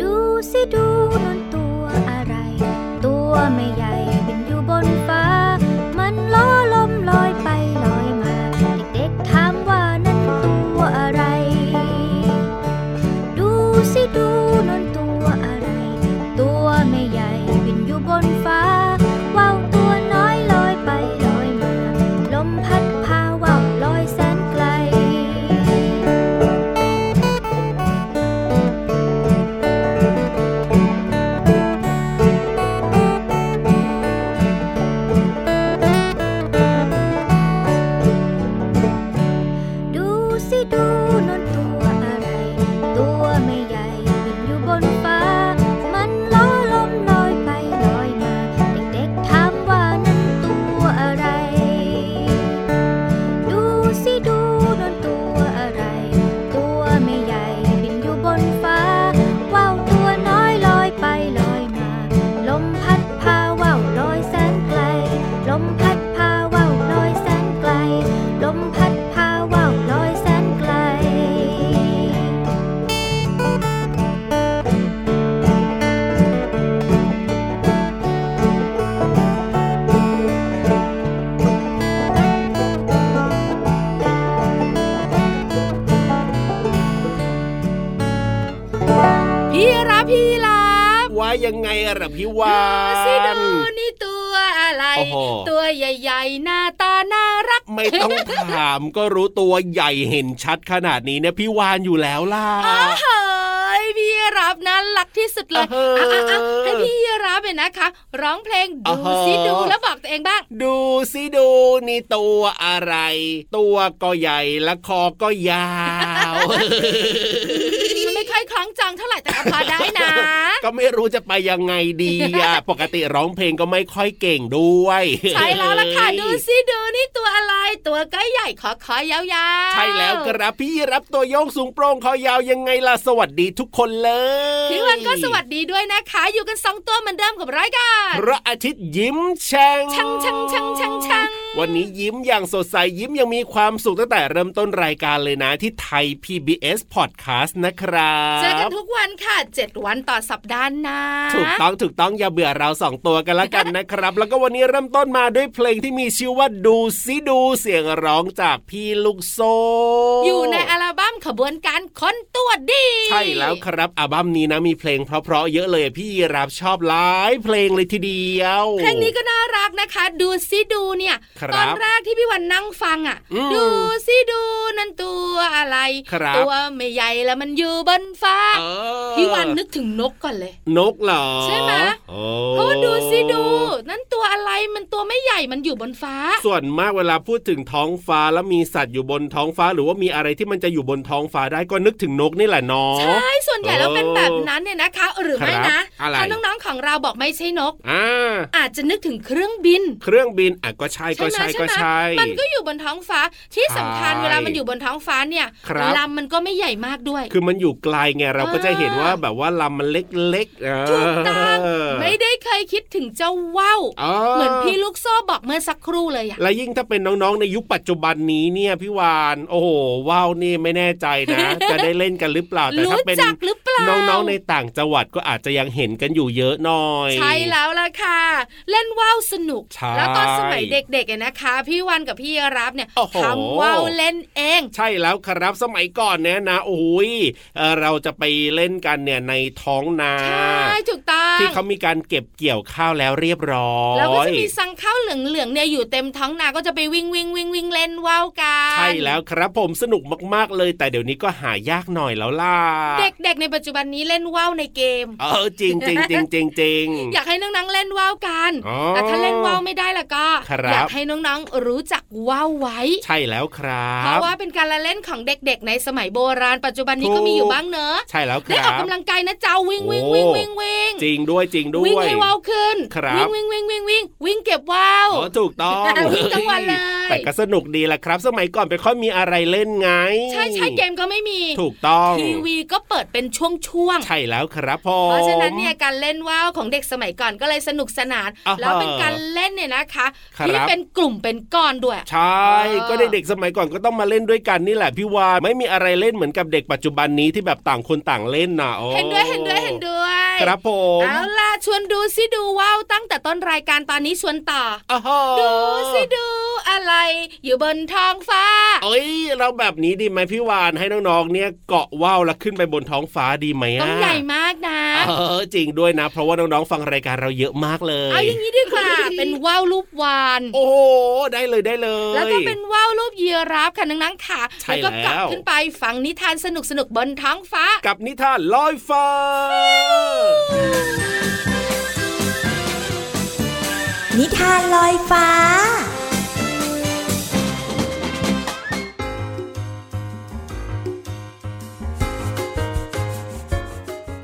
ดูสิดูนั่นตัวอะไร ตัวไม่ใหญ่บินอยู่บนฟ้า มันล้อลมลอยไปลอยมา เด็กๆถามว่านั่นตัวอะไร ดูสิดูนั่นตัวอะไร ตัวไม่ใหญ่บินอยู่บนฟ้า ว่าวตัวน้อยลอยไปลอยมา ลมพัดพาว่าวลอยแสนไกล ดูสิดูนนตัวอะไร ตัวไม่ใหญ่บินอยู่บนฟ้า มันล้อลมลอยไปลอยมา เด็กๆถามว่านั่นตัวอะไร ดูสิดูนนตัวอะไร ตัวไม่ใหญ่บินอยู่บนฟ้า ว่าวตัวน้อยลอยไปลอยมา ลมพัดพาว่าวลอยแสนไกล ลมพัดพาว่าวลอยแสนไกล ลมพัดพาว่าวลอยแสนไกล พี่รับพี่รับ ว่ายังไงอะล่ะพี่วา ดูสิ น ดูนี่ตัวอะไร โอ้โห ตัวใหญ่ๆ หน้าตาน่ารัก ไม่ต้องถามก็รู้ตัวใหญ่เห็นชัดขนาดนี้เนี่ยพี่วานอยู่แล้วล่ะ อ้าวเฮ้ยพี่รับน่ารักที่สุดเลย อ่ะเฮ้ย อ่ะอ่ะอ่ะให้พี่รับเนี่ยนะคะ ร้องเพลง อ่ะ ดู เฮ้ย ซิดูแล้วบอกตัวเองบ้าง ดูสิดูนี่ตัวอะไร ตัวก็ใหญ่และคอก็ยาว มันไม่ค่อยคล้องจองเท่าไหร่แต่ก็พอได้นะ ก็ไม่รู้จะไปยังไงดีอะปกติร้องเพลงก็ไม่ค่อยเก่งด้วย ใช่แล้วล่ะ ค่ะดูซิดูนี่ตัวอะไร ตัวก็ใหญ่ขอขอยาวๆ ใช่แล้วครับพี่รับตัวโยงสูงโปร่งคอยาวยังไงล่ะสวัสดีทุกคนเลย พี่วันก็สวัสดีด้วยนะคะ อยู่กันสองตัวเหมือนเดิมกับร้อยกัน พระอาทิตย์ยิ้มแช่ง แช่งแช่งแช่งแช่งแช่ง วันนี้ยิ้มอย่างสดใสยิ้มยังมีความสุขตั้งแต่เริ่มต้นรายการเลยนะที่ไทย PBS Podcast นะครับ เจอกันทุกวันค่ะ 7 วันต่อสัปดาห์นะ ถูกต้องถูกต้องอย่าเบื่อเราสองตัวกันละกันนะครับ แล้วก็วันนี้เริ่มต้นมาด้วยเพลงที่มีชื่อว่าดูซิดูเสียงร้องจากพี่ลูกโซ อยู่ในอัลบั้มขบวนการค้นตัวดี ใช่แล้วครับอัลบั้มนี้นะมีเพลงเพราะๆเยอะเลยพี่รับชอบหลายเพลงเลยทีเดียว เพลงนี้ก็น่ารักนะคะ ดูซิดูเนี่ย ครับ ตอนแรกที่พี่วันนั่งฟังอ่ะ อืม ดูซิดูนั่นตัวอะไร ครับ ตัวไม่ใหญ่แล้วมันอยู่บนฟ้า เออ พี่วันนึกถึงนกก่อนเลย นกเหรอ ใช่ไหม โอ้ เพราะว่าดูซิดู นั่นตัวอะไรมันตัวไม่ใหญ่มันอยู่บนฟ้า ส่วนมากเวลาพูดถึงท้องฟ้าแล้วมีสัตว์อยู่บนท้องฟ้า หรือว่ามีอะไรที่มันจะอยู่บนท้องฟ้าได้ก็นึกถึงนกนี่แหละเนาะ ใช่ ส่วนใหญ่แล้วเป็นแบบนั้นเนี่ยนะคะ หรือไม่ ครั นะ บอะไร ถ้าน้องๆของเราบอกไม่ใช่นก อ่า อาจจะนึกถึงเครื่องบิน เครื่องบินอ่ะก็ใช่ก็ใช่ก็ใช่ มันก็อยู่บนท้องฟ้าที่สำคัญ ใช่ เวลามันอยู่บนท้องฟ้าเนี่ย ครับ ลำมันก็ไม่ใหญ่มากด้วย คือมันอยู่ไกลไงเราก็จะเห็นว่าแบบว่าลำมันเล็กๆเออ ถูกต้องไม่ได้เคยคิดถึงเจ้าว่าว เอ เหมือนพี่ลูกโซ่บอกเมื่อสักครู่เลยอะ และยิ่งถ้าเป็นน้องๆในยุคปัจจุบันนี้เนี่ยพี่วานโอ้โหว้าวนี่ไม่แน่ใจ นะ จะได้เล่นกันหรือเปล่าแต่ รู้ ถ้าเป็น จักหรือเปล่า น้องๆในต่างจังหวัดก็อาจจะยังเห็นกันอยู่เยอะหน่อย ใช่แล้วล่ะค่ะ เล่นว่าวสนุก ใช่ แล้วตอนสมัยเด็กๆเนี่ยนะคะ พี่วันกับพี่รับเนี่ย โอ้โห ทำว่าวเล่นเอง ใช่แล้วครับสมัยก่อนเนี่ยนะโอ้ยเอ่อเราจะไปเล่นกันเนี่ยในท้องนา ใช่ถูกต้อง ที่เขามีการเก็บเกี่ยวข้าวแล้วเรียบร้อย แล้วก็จะ มีสังข้าวเหลืองๆเนี่ยอยู่เต็มท้องนาก็จะไปวิ่งวิ่งวิ่งวิ่งเล่นว่าวกัน ใช่แล้วครับผมสนุกมากๆเลย แต่เดี๋ยวนี้ก็หายากหน่อยแล้วล่ะ เด็กๆในปัจจุบันนี้เล่นว่าวในเกม เออจริงจริงจริงจริงจริง อยากให้น้องๆเล่นว่าวกัน อ๋อ แต่ถ้าเล่นว่าวไม่ได้ล่ะก็ ครับ อยากให้น้องๆรู้จักว่าวไว้ ใช่แล้วครั เพราะ บ ว่าเป็นการละเล่นของเด็กๆ ในสมัยโบราณปัจจุบันนี้ ถู ก็ ก มีอยู่บ้างเนอะ ใช่แล้วค ได้อรัอก บ กำลังกายนะเจ้าวิ่งวิ่ง โอ้ วิ่งวิ่งวิ่ง จริงด้วยจริงด้ วิ่ง วย ให้ว่าวขึ้น ครับ วิ่งวิ่งวิ่งวิ่งวิ่งวิ่งเก็บว่าว อ๋อถูกต้อง แต่วิ่งทั้งวันเลย แต่ก็สนุกดีแหละครับ สมัยก่อนไปค่อยมีอะไรเล่นไง ใช่ใช่เกมก็ไม่มี ถูกต้อง ทีวีก็เปิดเป็นช่ว งๆ ใช่แล้วครับผม เพราะฉะนั้นเนี่ยการเล่นว่าวของเด็กสมัยก่อนก็เลยสนุกสนาน อ่าฮะ แล้วเป็นการเล่นเนี่ยนะคะ ครับ ที่เป็นกลุ่มเป็นก้อนด้วย ใช่ เออ ก็เด็กๆสมัยก่อนก็ต้องมาเล่นด้วยกันนี่แหละพี่วานไม่มีอะไรเล่นเหมือนกับเด็กปัจจุบันนี้ที่แบบต่างคนต่างเล่นนะโอ้ เห็นด้วยเห็นด้วยเห็นด้วย ครับผม เอาล่ะชวนดูซิดูว่าวตั้งแต่ต้นรายการตอนนี้ชวนต่อ อ้าวโห อดูซิดูอะไร อยู่บนท้องฟ้า เอ้ยเราแบบนี้ดีไหมพี่วานให้น้องๆเนี่ยเกาะว่าวแล้วขึ้นไปบนท้องฟ้าดีไหมะ ต้องใหญ่มากนะ เออจริงด้วยนะ เพราะว่าน้องๆฟังรายการเราเยอะมากเลย เอาอย่างนี้ดีกว่าเป็นว่าวรูปวาน โอ้โหได้เลยได้เลย แล้วก็เป็นว่าวรูปยีราฟค่ะนังๆค่ะ ใช่ แล้วก็กลับ แล้ว ขึ้นไปฟังนิทานสนุกๆบนท้องฟ้า กับนิทานลอยฟ้า นิทานลอยฟ้า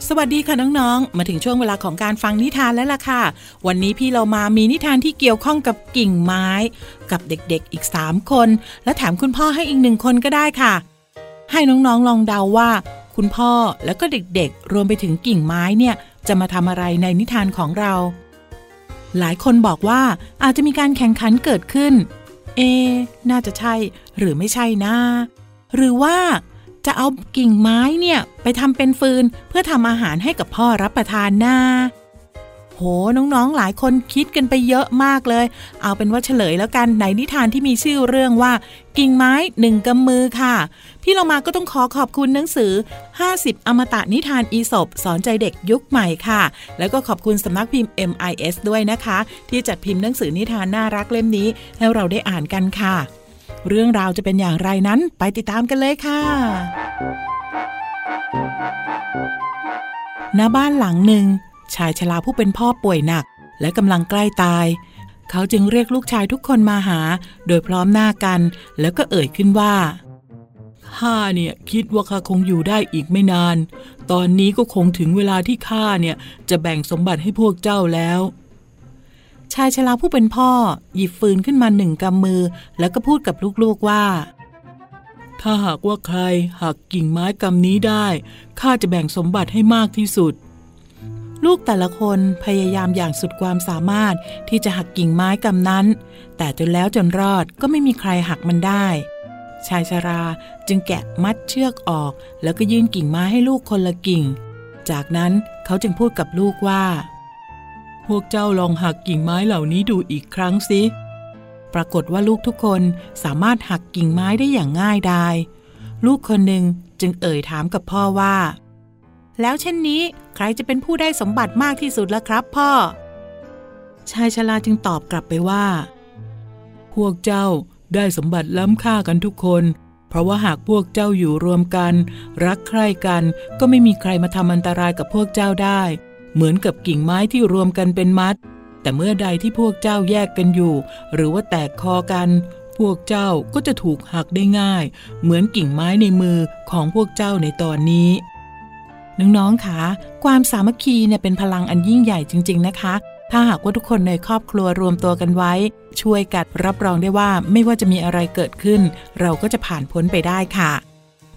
สวัสดีค่ะน้องๆ มาถึงช่วงเวลาของการฟังนิทานแล้วล่ะค่ะ วันนี้พี่เรามามีนิทานที่เกี่ยวข้องกับกิ่งไม้ กับเด็กๆอีก 3 คน และแถมคุณพ่อให้อีกหนึ่งคนก็ได้ค่ะ ให้น้องๆลองเดาว่า คุณพ่อแล้วก็เด็กๆ รวมไปถึงกิ่งไม้เนี่ย จะมาทำอะไรในนิทานของเรา หลายคนบอกว่าอาจจะมีการแข่งขันเกิดขึ้น เอะน่าจะใช่หรือไม่ใช่นะ หรือว่าจะเอากิ่งไม้เนี่ย ไปทำเป็นฟืนเพื่อทำอาหารให้กับพ่อรับประทานนะโห น้องๆ หลายคนคิดกันไปเยอะมากเลย เอาเป็นว่าเฉลยแล้วกันในนิทานที่มีชื่อเรื่องว่า กิ่งไม้หนึ่งกำมือค่ะ พี่เรามาก็ต้องขอขอบคุณหนังสือ 50 อมตะนิทานอีสบสอนใจเด็กยุคใหม่ค่ะ แล้วก็ขอบคุณสำนักพิมพ์ MIS ด้วยนะคะ ที่จัดพิมพ์หนังสือนิทานน่ารักเล่มนี้ ให้เราได้อ่านกันค่ะ เรื่องราวจะเป็นอย่างไรนั้นไปติดตามกันเลยค่ะ ณ บ้านหลังหนึ่ง ชายชราผู้เป็นพ่อป่วยหนัก และกำลังใกล้ตาย เขาจึงเรียกลูกชายทุกคนมาหา โดยพร้อมหน้ากัน แล้วก็เอ่ยขึ้นว่า ข้าเนี่ยคิดว่าข้าคงอยู่ได้อีกไม่นาน ตอนนี้ก็คงถึงเวลาที่ข้าเนี่ยจะแบ่งสมบัติให้พวกเจ้าแล้ว ชายชราผู้เป็นพ่อ หยิบฟืนขึ้นมาหนึ่งกำมือ แล้วก็พูดกับลูกๆว่า ถ้าหากว่าใครหักกิ่งไม้กำนี้ได้ข้าจะแบ่งสมบัติให้มากที่สุด ลูกแต่ละคนพยายามอย่างสุดความสามารถที่จะหักกิ่งไม้กำนั้น แต่จนแล้วจนรอดก็ไม่มีใครหักมันได้ ชายชราจึงแกะมัดเชือกออก แล้วก็ยื่นกิ่งไม้ให้ลูกคนละกิ่ง จากนั้นเขาจึงพูดกับลูกว่า พวกเจ้าลองหักกิ่งไม้เหล่านี้ดูอีกครั้งสิ ปรากฏว่าลูกทุกคนสามารถหักกิ่งไม้ได้อย่างง่ายดาย ลูกคนหนึ่งจึงเอ่ยถามกับพ่อว่า แล้วเช่นนี้ใครจะเป็นผู้ได้สมบัติมากที่สุดล่ะครับพ่อ ชายชราจึงตอบกลับไปว่า พวกเจ้าได้สมบัติล้ำค่ากันทุกคน เพราะว่าหากพวกเจ้าอยู่รวมกัน รักใคร่กัน ก็ไม่มีใครมาทำอันตรายกับพวกเจ้าได้ เหมือนกับกิ่งไม้ที่รวมกันเป็นมัด แต่เมื่อใดที่พวกเจ้าแยกกันอยู่ หรือว่าแตกคอกัน พวกเจ้าก็จะถูกหักได้ง่าย เหมือนกิ่งไม้ในมือของพวกเจ้าในตอนนี้ น้องๆคะความสามัคคีเนี่ยเป็นพลังอันยิ่งใหญ่จริง ๆ นะคะ ถ้าหากว่าทุกคนในครอบครัวรวมตัวกันไว้ ช่วยกันรับรองได้ว่าไม่ว่าจะมีอะไรเกิดขึ้น เราก็จะผ่านพ้นไปได้ค่ะ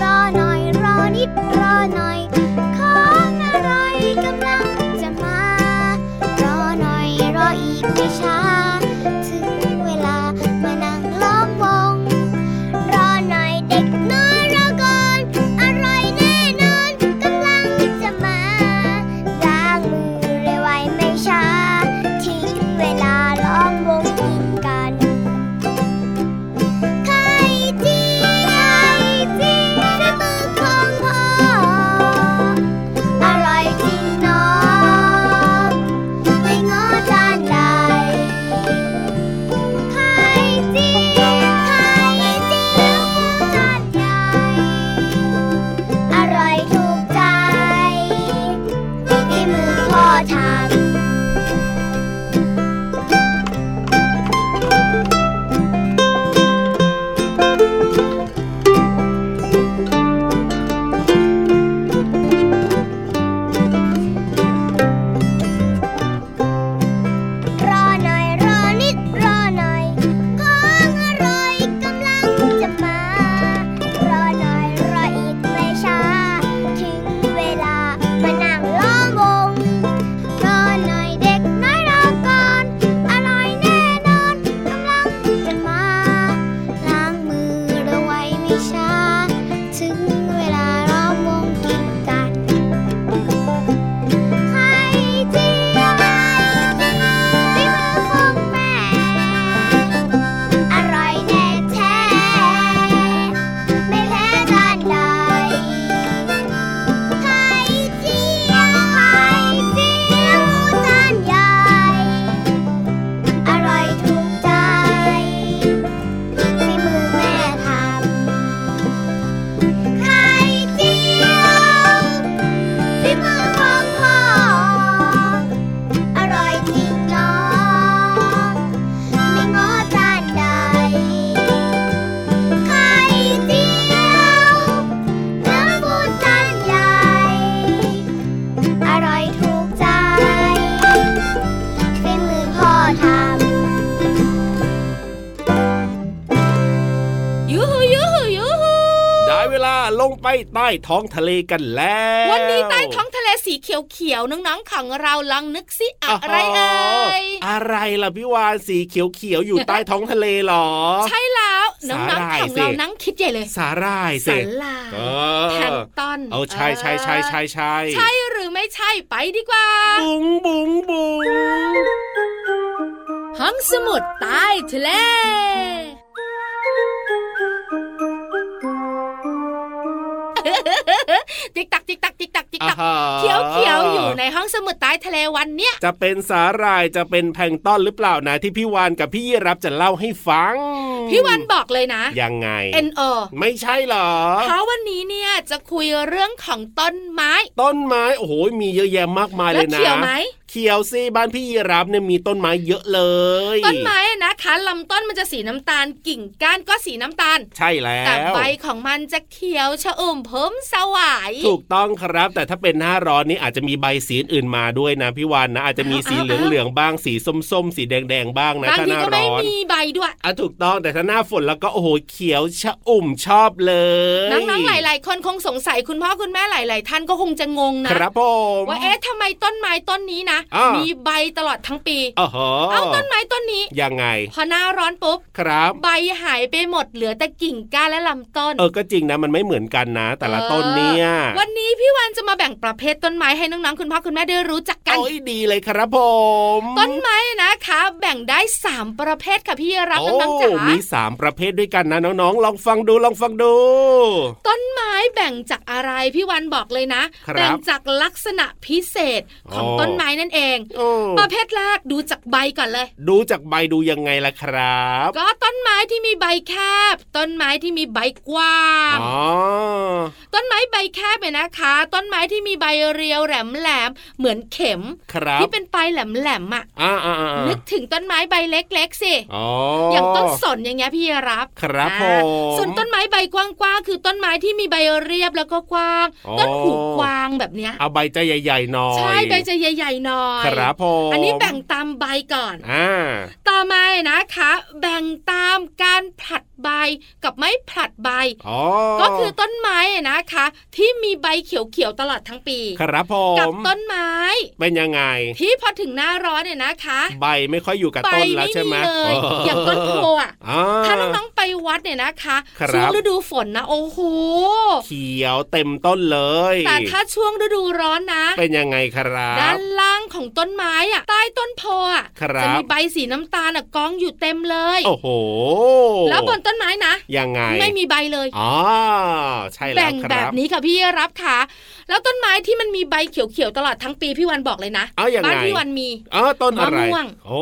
รอหน่อยรอนิดรอหน่อย ของอร่อยกำลังจะมา รอหน่อยรออีกไม่ช้า ไปใต้ท้องทะเลกันแล้ว วันนี้ใต้ท้องทะเลสีเขียวๆน้องๆของเราลองนึกสิอะไรเอ่ย อะไรล่ะพี่วานสีเขียวๆอยู่ใต้ท้องทะเลหรอ ใช่แล้วน้องๆของ สาหร่ายสิ เรานั่งคิดใหญ่เลย สาหร่าย สา สิ ลาย เอ แทง อ ต้น เอาใช่ใช่ใช่ใช่ใช่ ใช่หรือไม่ใช่ไปดีกว่า บุ๋งบุ๋งบุ๋ง ห้องสมุดใต้ทะเล ติ๊กตักติ๊กตักติ๊กตักติ๊ก อ่า ตัก ฮะ เขียวเขียวๆอยู่ในห้องสมุดใต้ทะเลวันเนี้ย จะเป็นสาหร่ายจะเป็นแพลงก์ต้อนหรือเปล่านะที่พี่วานกับพี่ยีรับจะเล่าให้ฟัง พี่วันบอกเลยนะ ยังไง NO ไม่ใช่เหรอ เพราะวันนี้เนี่ยจะคุยเรื่องของต้นไม้ ต้นไม้โอ้โหมีเยอะแยะมากมายเลย แล้ว นะ เขียวไหม เขียวสิบ้านพี่ยีรับเนี่ยมีต้นไม้เยอะเลย ต้นไม้อะนะคะลำต้นมันจะสีน้ำตาลกิ่งก้านก็สีน้ำตาล ใช่แล้ว แต่ใบของมันจะเขียวชะอุ่มผมสวาย ถูกต้องครับ แต่ถ้าเป็นหน้าร้อนนี่อาจจะมีใบสีอื่นๆมาด้วยนะพี่วานนะอาจจะมีสีเห อ้าว ลืองๆบ้างสีส้มๆ สีแดงๆบ้างนะ บาง ถ้า ที หน้า ก็ไม่ ร้อน มีใบด้วย อ่ะถูกต้องแต่ถ้าหน้าฝนแล้วก็โอ้โหเขียวชะอุ่มชอบเลย น้องๆ หลาย ๆ คนคงสงสัยคุณพ่อคุณแม่หลาย ๆ ท่านก็คงจะงง ๆ นะครับ ผม ว่าเอ๊ะทำไมต้นไม้ต้นนี้นะ อ่ามี มีใบตลอดทั้งปี โอ้โห เอาต้นไม้ต้นนี้ ยังไง พอหน้าร้อนปุ๊บ ครับ ใบหายไปหมดเหลือแต่กิ่งก้านและลำต้น เออก็จริงนะมันไม่เหมือนกันนะ แต่ละต้นเนี่ย ออวันนี้พี่วันจะมาแบ่งประเภทต้นไม้ให้น้อง ๆ คุณพ่อคุณแม่ได้รู้จักกัน โอ้ยดีเลยครับผม ต้นไม้นะคะ แบ่งได้สามประเภทค่ะพี่รับ โอ้ น้องๆจ๋า มีสามประเภทด้วยกันนะน้องๆลองฟังดูลองฟังดู ต้นไม้แบ่งจากอะไรพี่วันบอกเลยนะครับ แบ่งจากลักษณะพิเศษของ อ๋อ ต้นไม้นั่นเอง โอ้ ประเภทแรกดูจากใบก่อนเลย ดูจากใบดูยังไงล่ะครับ ก็ต้นไม้ที่มีใบแคบ ต้นไม้ที่มีใบกว้าง อ๋อ ต้นไม้ใบแคบเนี่ยนะคะ ต้นไม้ที่มีใบเรียวแหลมแหลมๆเหมือนเข็ม ครับ ที่เป็นปลายแหลมแหลมๆอ่ะ อ่าอ่าอ่า นึกถึงต้นไม้ใบเล็กๆสิ อ๋อ อ อย่าง ต้นสนอย่างเงี้ยพี่รับ ครับผ อ่าม ส่วนต้นไม้ใบกว้างๆคือต้นไม้ที่มีใบเรียบแล้วก็กว้าง อ๋อ ต้นหูกว้างแบบเนี้ย เอาใบจะใหญ่ๆหน่อย ใช่ใบจะใหญ่ๆหน่อย ครับผม อันนี้แบ่งตามใบก่อน อ่า ต่อมานะคะ แบ่งตามการผลัดใบกับไม่ผลัดใบ อ๋อ ก็คือต้นไม้นะคะ ที่มีใบเขียวๆตลอดทั้งปี ครับผ กับ ม ต้นไม้ เป็นยังไง ที่พอถึงหน้าร้อนเนี่ยนะคะ ใบไม่ค่อยอยู่กับ ใบ ต้นแล้ว ไม่ ใช่ไหม มีเลยอย่างต้นโพอ่ะ อ่า ถ้าน้องๆไปวัดเนี่ยนะคะ ครับ ช่วงฤดูฝนนะโอ้โห เขียวเต็มต้นเลย แต่ถ้าช่วงฤดูร้อนนะ เป็นยังไงครับ ด้านล่างของต้นไม้อ่ะใต้ต้นโพอ่ะ ครับ จะมีใบสีน้ำตาลอ่ะกองอยู่เต็มเลย โอ้โห แล้วบนต้นไม้นะ ยังไง ไม่มีใบเลย อ๋อใช่แล้ แบ่ ว ง ค แบ รั บนี้ค่ะพี่รับค่ะ แล้วต้นไม้ที่มันมีใบเขียวๆตลอดทั้งปีพี่วันบอกเลยนะ เอายังไง บ้านพี่วันมี อ๋อต้นอะไร มะม่วง โอ้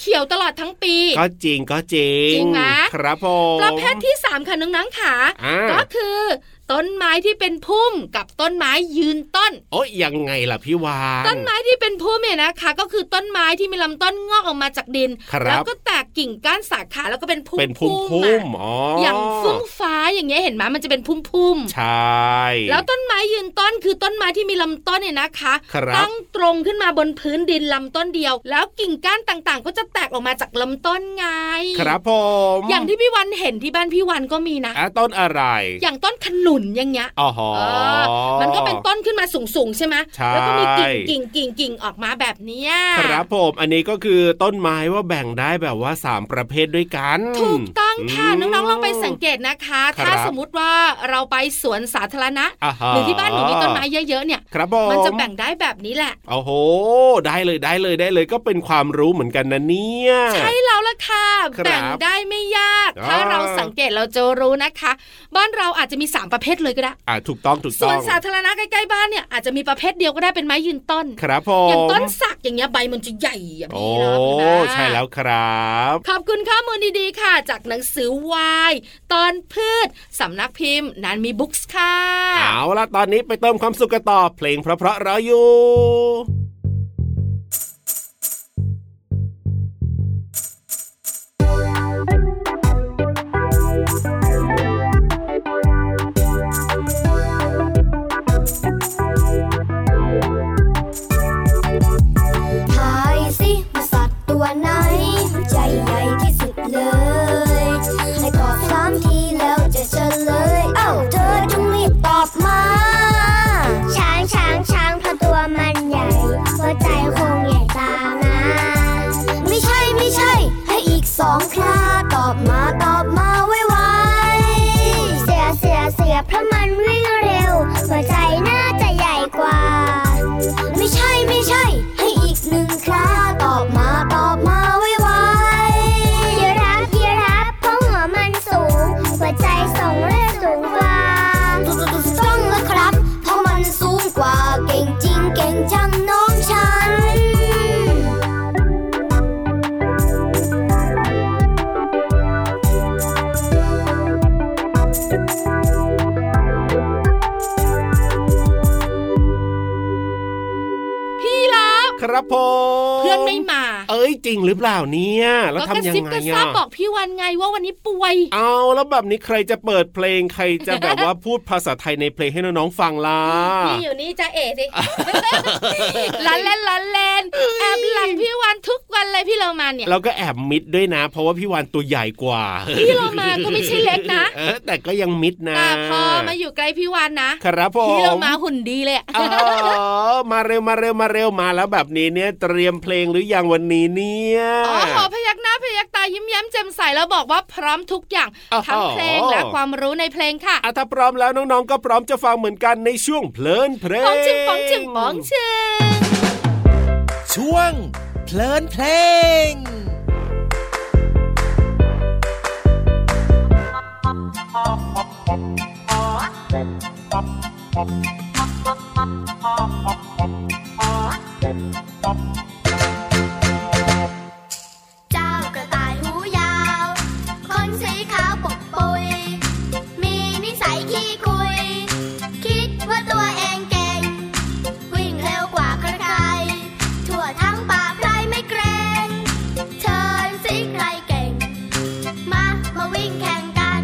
เขียวตลอดทั้งปี ก็จริงก็จริ จริงไหม ครับผม ประเภทที่3ค่ะน้องๆขา อ่า ก็คือ ต้นไม้ที่เป็นพุ่มกับต้นไม้ยืนต้น โอ้ยยังไงล่ะพี่วาน ต้นไม้ที่เป็นพุ่มเนี่ยนะคะ ก็คือต้นไม้ที่มีลำต้นงอกออกมาจากดิน ครับ แล้วก็แตกกิ่งก้านสาขาแล้วก็เป็นพุ่ม เป็นพุ่ม ๆ พุ่ม อะ อ๋อ อ อย่าง เฟื่องฟ้าอย่างเงี้ยเห็นไหมมันจะเป็นพุ่มพุ่มๆ ใช่ แล้วต้นไม้ยืนต้นคือต้นไม้ที่มีลำต้นเนี่ยนะคะ ครับ ตั้งตรงขึ้นมาบนพื้นดินลำต้นเดียว แล้วกิ่งก้านต่างๆ ก็จะแตกออกมาจากลำต้นไง ครับผม อย่างที่พี่วันเห็นที่บ้านพี่วันก็มีนะ อ่ะต้นอะไร อย่างต้นขนุนอย่างเงี้ย อ๋อหอ เออมันก็เป็นต้นขึ้นมาสูงๆใช่ไหม ใช่ แล้วก็มีกิ่งกิ่งกิ่งกิ่งออกมาแบบเนี้ย ครับผมอันนี้ก็คือต้นไม้ว่าแบ่งได้แบบว่าสามประเภทด้วยกัน ถูกต้องค่ะ ม น้องๆลองไปสังเกตนะคะ ครับ ถ้าสมมติว่าเราไปสวนสาธารณะ อ่าหฮะรือที่บ้านหนูมีต้นไม้เยอะๆเนี่ย ครับผม มันจะแบ่งได้แบบนี้แหละ โอ้โห ได้เลยได้เลยได้เลยก็เป็นความรู้เหมือนกันนะเนี่ย ใช่แล้วล่ะค่ะ ครับ แบ่งได้ไม่ยาก อ่า ถ้าเราสังเกตเราจะรู้นะคะ บ้านเราอาจจะมี 3 ประเภทเลยก็ได้ อ่ะถูกต้องถูก ส ต้ ว อน ง สาธารณะใกล้ๆบ้านเนี่ยอาจจะมีประเภทเดียวก็ได้เป็นไม้ยืนต้น ครับผ อ ม ย่างต้นสักอย่างเงี้ยใบมันจะใหญ่อะ โอ้ พี่รับนะ ใช่แล้วครับ ขอบคุณข้อมูลดีๆค่ะ จากหนังสือวายตอนพืชสำนักพิมพ์นันมีบุ๊กส์ค่ะ เอาล่ะ ตอนนี้ไปเติมความสุขกันต่อเพลงเพราะๆรออยู่ ทายสิว่าสัตว์ตัวไหนหัวใจใหญ่ที่สุดเลย ให้ตอบสามทีแล้วจะเฉลย เอ้าเธอ อบมาตอบมาไวไวๆเสียเสียเสียเพราะมันวิ่งเร็ว หัวใจน่าจะใหญ่กว่า ไม่ใช่ไม่ใช่ ให้อีกหนึ่งคราตอบมาตอบมาไวไวๆยีรับยีรับเพราะหัวมันสูง หัวใจส่งเลือดสูงกว่าถูกถูกต้องแล้วครับ เพราะมันสูงกว่าเก่งจริงเก่งจังน้องฉัน พี่รับ ครับผม เพื่อนไม่มา เอ้ยจริงหรือเปล่าเนี่ยแล้ว ก็กระ ทำยัง ซิบ ไง กระซา อ่ะ บบอกพี่วันไงว่าวันนี้ป่วย เอาแล้วแบบนี้ใครจะเปิดเพลงใครจะแบบว่าพูดภาษาไทยในเพลงให้น้องๆฟังล่ะ พี่อยู่นี่จะเอ๋สิ ล้านเล่นล้านเล่นแอบหลังพี่วันทุกวันเลยพี่เรามาเนี่ย เราก็แอบมิดด้วยนะ เพราะว่าพี่วานตัวใหญ่กว่า พี่เรามาก็ไม่ใช่เล็กนะ เออแต่ก็ยังมิดนะ แต่พอมาอยู่ใกล้พี่วันนะครับ ผม พี่เรามาหุ่นดีเลยอะ อ๋อมาเร็วมาเร็วมาเร็วมาแล้วแบบนี้เนี่ยเตรียมเพลงหรือยังวันนี้เนี่ย อ๋อขอพยักหน้าพยักตายิ้มแย้มแจ่มใสแล้วบอกว่าพร้อมทุกอย่าง อ๋อ ทั้งเพลงและความรู้ในเพลงค่ะ อ่ะถ้าพร้อมแล้วน้องๆก็พร้อมจะฟังเหมือนกันในช่วงเพลินเพลง ปองชึงปองชึงปองชึง ช่วง เพลินเพลง เจ้ากระต่ายหูยาว คนสีขาวปกปุย มีนิสัยขี้คุย คิดว่าตัวเองเก่ง วิ่งเร็วกว่าใครๆ ทั่วทั้งป่าใครไม่เกรง เชิญสิใครเก่ง มา มาวิ่งแข่งกัน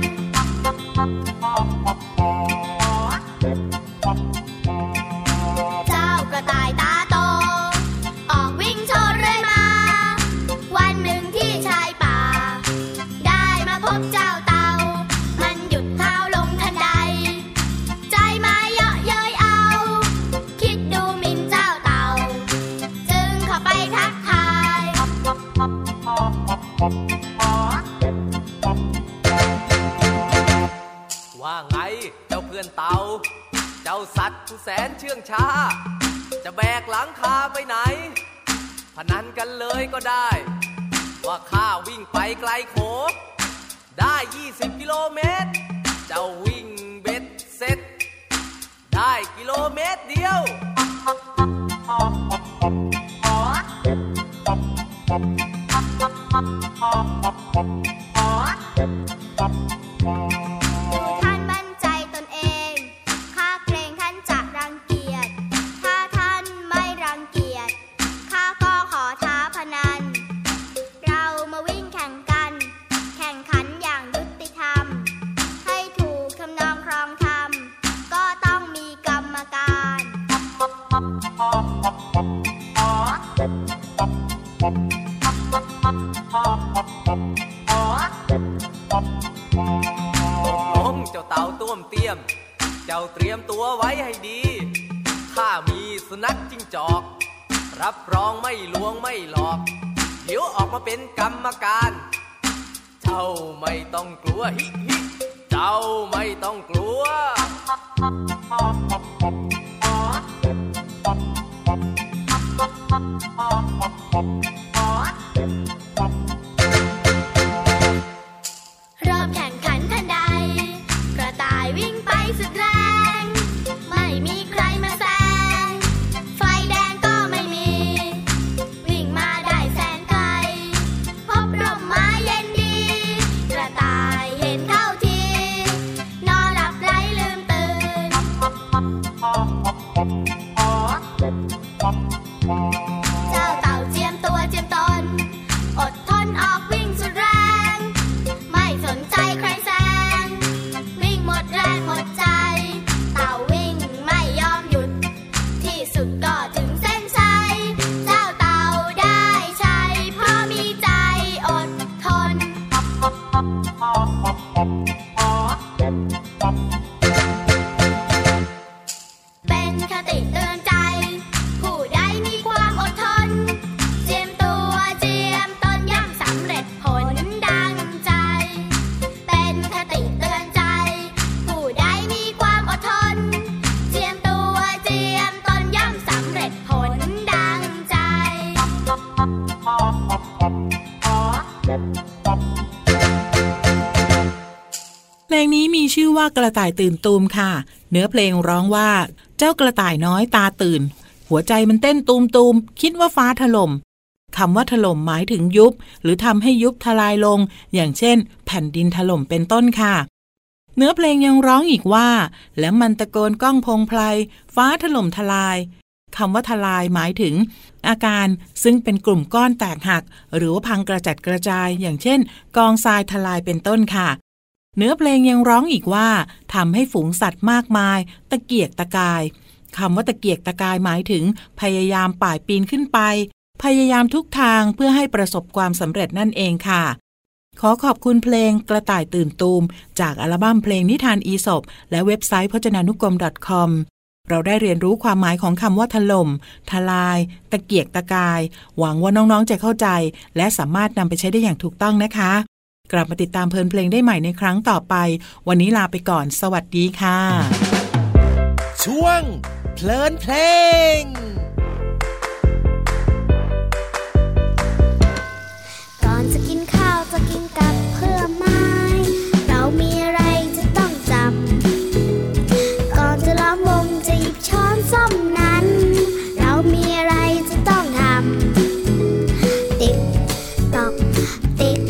เจ้ากระต่ายตาโต ออกวิ่งชนเรื่อยมา วันหนึ่งที่ชายป่า ได้มาพบเจ้าเต่า มันหยุดเท้าลงทันใด ใจมาเยาะเย้ยเอา คิดดูหมินเจ้าเต่า จึงเข้าไปทักทาย ว่าไงเจ้าเพื่อนเตา เจ้าสัตว์ผู้แสนเชื่องช้า จะแบกหลังคาไปไหน พนันกันเลยก็ได้ ว่าข้าวิ่งไปไกลโข ได้ 20 กิโลเมตร เจ้าวิ่งเบ็ดเสร็จ ได้กิโลเมตรเดียว ท่านมั่นใจตนเอง ข้าเกรงท่านจะรังเกียจ ถ้าท่านไม่รังเกียจ ข้าก็ขอท้าพนัน เรามาวิ่งแข่งกัน แข่งขันอย่างยุติธรรม ให้ถูกทำนองครองธรรม ก็ต้องมีกรรมการ น้องเจ้าเต่าต้วมเตี้ยม เจ้าเตรียมตัวไว้ให้ดี ข้ามีสุนัขจิ้งจอก รับรองไม่ลวงไม่หลอก เดี๋ยวออกมาเป็นกรรมการ เจ้าไม่ต้องกลัวฮิฮิเจ้าไม่ต้องกลัว เริ่มแข่งขันทันใด กระต่ายวิ่งไปสุดแรง ไม่มีใครมาแซง ไฟแดงก็ไม่มี วิ่งมาได้แสนไกล พบร่มไม้เย็นดี กระต่ายเห็นเข้าที นอนหลับไหลลืมตื่น เพลงนี้มีชื่อว่ากระต่ายตื่นตูมค่ะ เนื้อเพลงร้องว่า เจ้ากระต่ายน้อยตาตื่น หัวใจมันเต้นตูมตูมคิดว่าฟ้าถล่มคำว่าถล่มหมายถึงยุบ หรือทำให้ยุบทลายลง อย่างเช่น แผ่นดินถล่มเป็นต้นค่ะ เนื้อเพลงยังร้องอีกว่า แล้วมันตะโกนก้องพงไพลฟ้าถล่มทลายคำว่าทลายหมายถึง อาการซึ่งเป็นกลุ่มก้อนแตกหัก หรือว่าพังกระจัดกระจาย อย่างเช่น กองทรายทลายเป็นต้นค่ะ เนื้อเพลงยังร้องอีกว่าทำให้ฝูงสัตว์มากมาย ตะเกียกตะกายคำว่าตะเกียกตะกายหมายถึง พยายามป่ายปีนขึ้นไป พยายามทุกทางเพื่อให้ประสบความสำเร็จนั่นเองค่ะ ขอขอบคุณเพลงกระต่ายตื่นตูม จากอัลบั้มเพลงนิทานอีสบและเว็บไซต์พจนานุกรม .com เราได้เรียนรู้ความหมายของคำว่าถล่ม ทลาย ตะเกียกตะกาย หวังว่าน้องๆจะเข้าใจ และสามารถนำไปใช้ได้อย่างถูกต้องนะคะ กลับมาติดตามเพลินเพลงได้ใหม่ในครั้งต่อไป วันนี้ลาไปก่อน สวัสดีค่ะ ช่วง เพลินเพลง ก่อนจะกินข้าวจะกินกับเพื่อไม้ เรามีอะไรจะต้องจำ ก่อนจะล้อมวงจะหยิบช้อนส้อมนั้น เรามีอะไรจะต้องทำ ติ๊กตอก ติ๊ก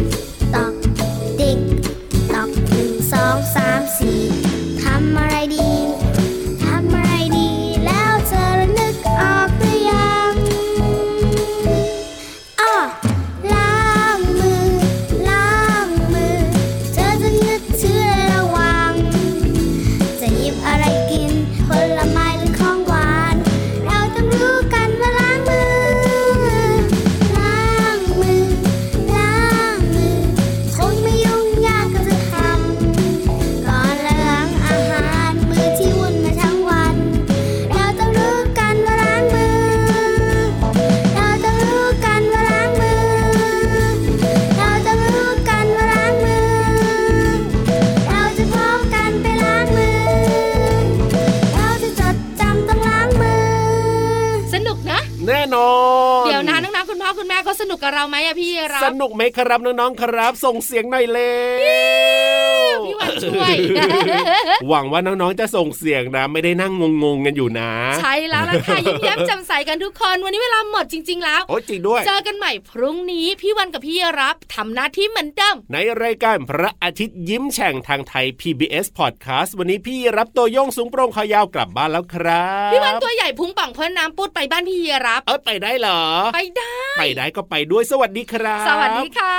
ตอก ติ๊กตอกหนึ่งสองสามสี่ทำอะไรดี ทำอะไรดี แล้วเธอระนึกออกหรือยัง ออล้างมือ ล้างมือ เธอจะนึกเชื่อระวัง จะหยิบอะไรกิน ผลไม้หรือของหวาน เราต้องรู้กันว่าล้างมือ ล้างมือ ล้างมือ คงไม่ยุ่งยากก็จะทำ ก่อนล้างอาหารมือที่วุ่นมาทั้งวัน เราต้องรู้กันว่าล้างมือ เราต้องรู้กันว่าล้างมือ เราต้องรู้กันว่าล้างมือ เราจะพร้อมกันไปล้างมือ เราจะจดจำต้องล้างมือ สนุกนะ แน่นอน เดี๋ยวนะน้องๆคุณพ่อคุณแม่เขาสนุกกับเราไหมอะพี่รับ สนุกไหมครับน้องๆครับ ส่งเสียงหน่อยเลว พี่วันช่วย หวังว่าน้องๆจะส่งเสียงนะไม่ได้นั่งงงๆกันอยู่นะ ใช่แล้วล่ะค่ะยิ้มแย้มแจ่มใสกันทุกคน วันนี้เวลาหมดจริง ๆ แล้ว โอ้ยจริงด้วย เจอกันใหม่พรุ่งนี้ พี่วันกับพี่รับทำหน้าที่เหมือนเดิม ในรายการพระอาทิตย์ยิ้มแฉ่งทางไทย PBS Podcast วันนี้พี่รับตัวโยงสูงโปร่งขายาวกลับบ้านแล้วครับ พี่วันตัวใหญ่พุงป่องพ้นน้ำปูดไปบ้านพี่รับ เอ้ยไปได้เหรอ ไปได้ ไปได้ก็ไปด้วยสวัสดีครับ สวัสดีค่ะ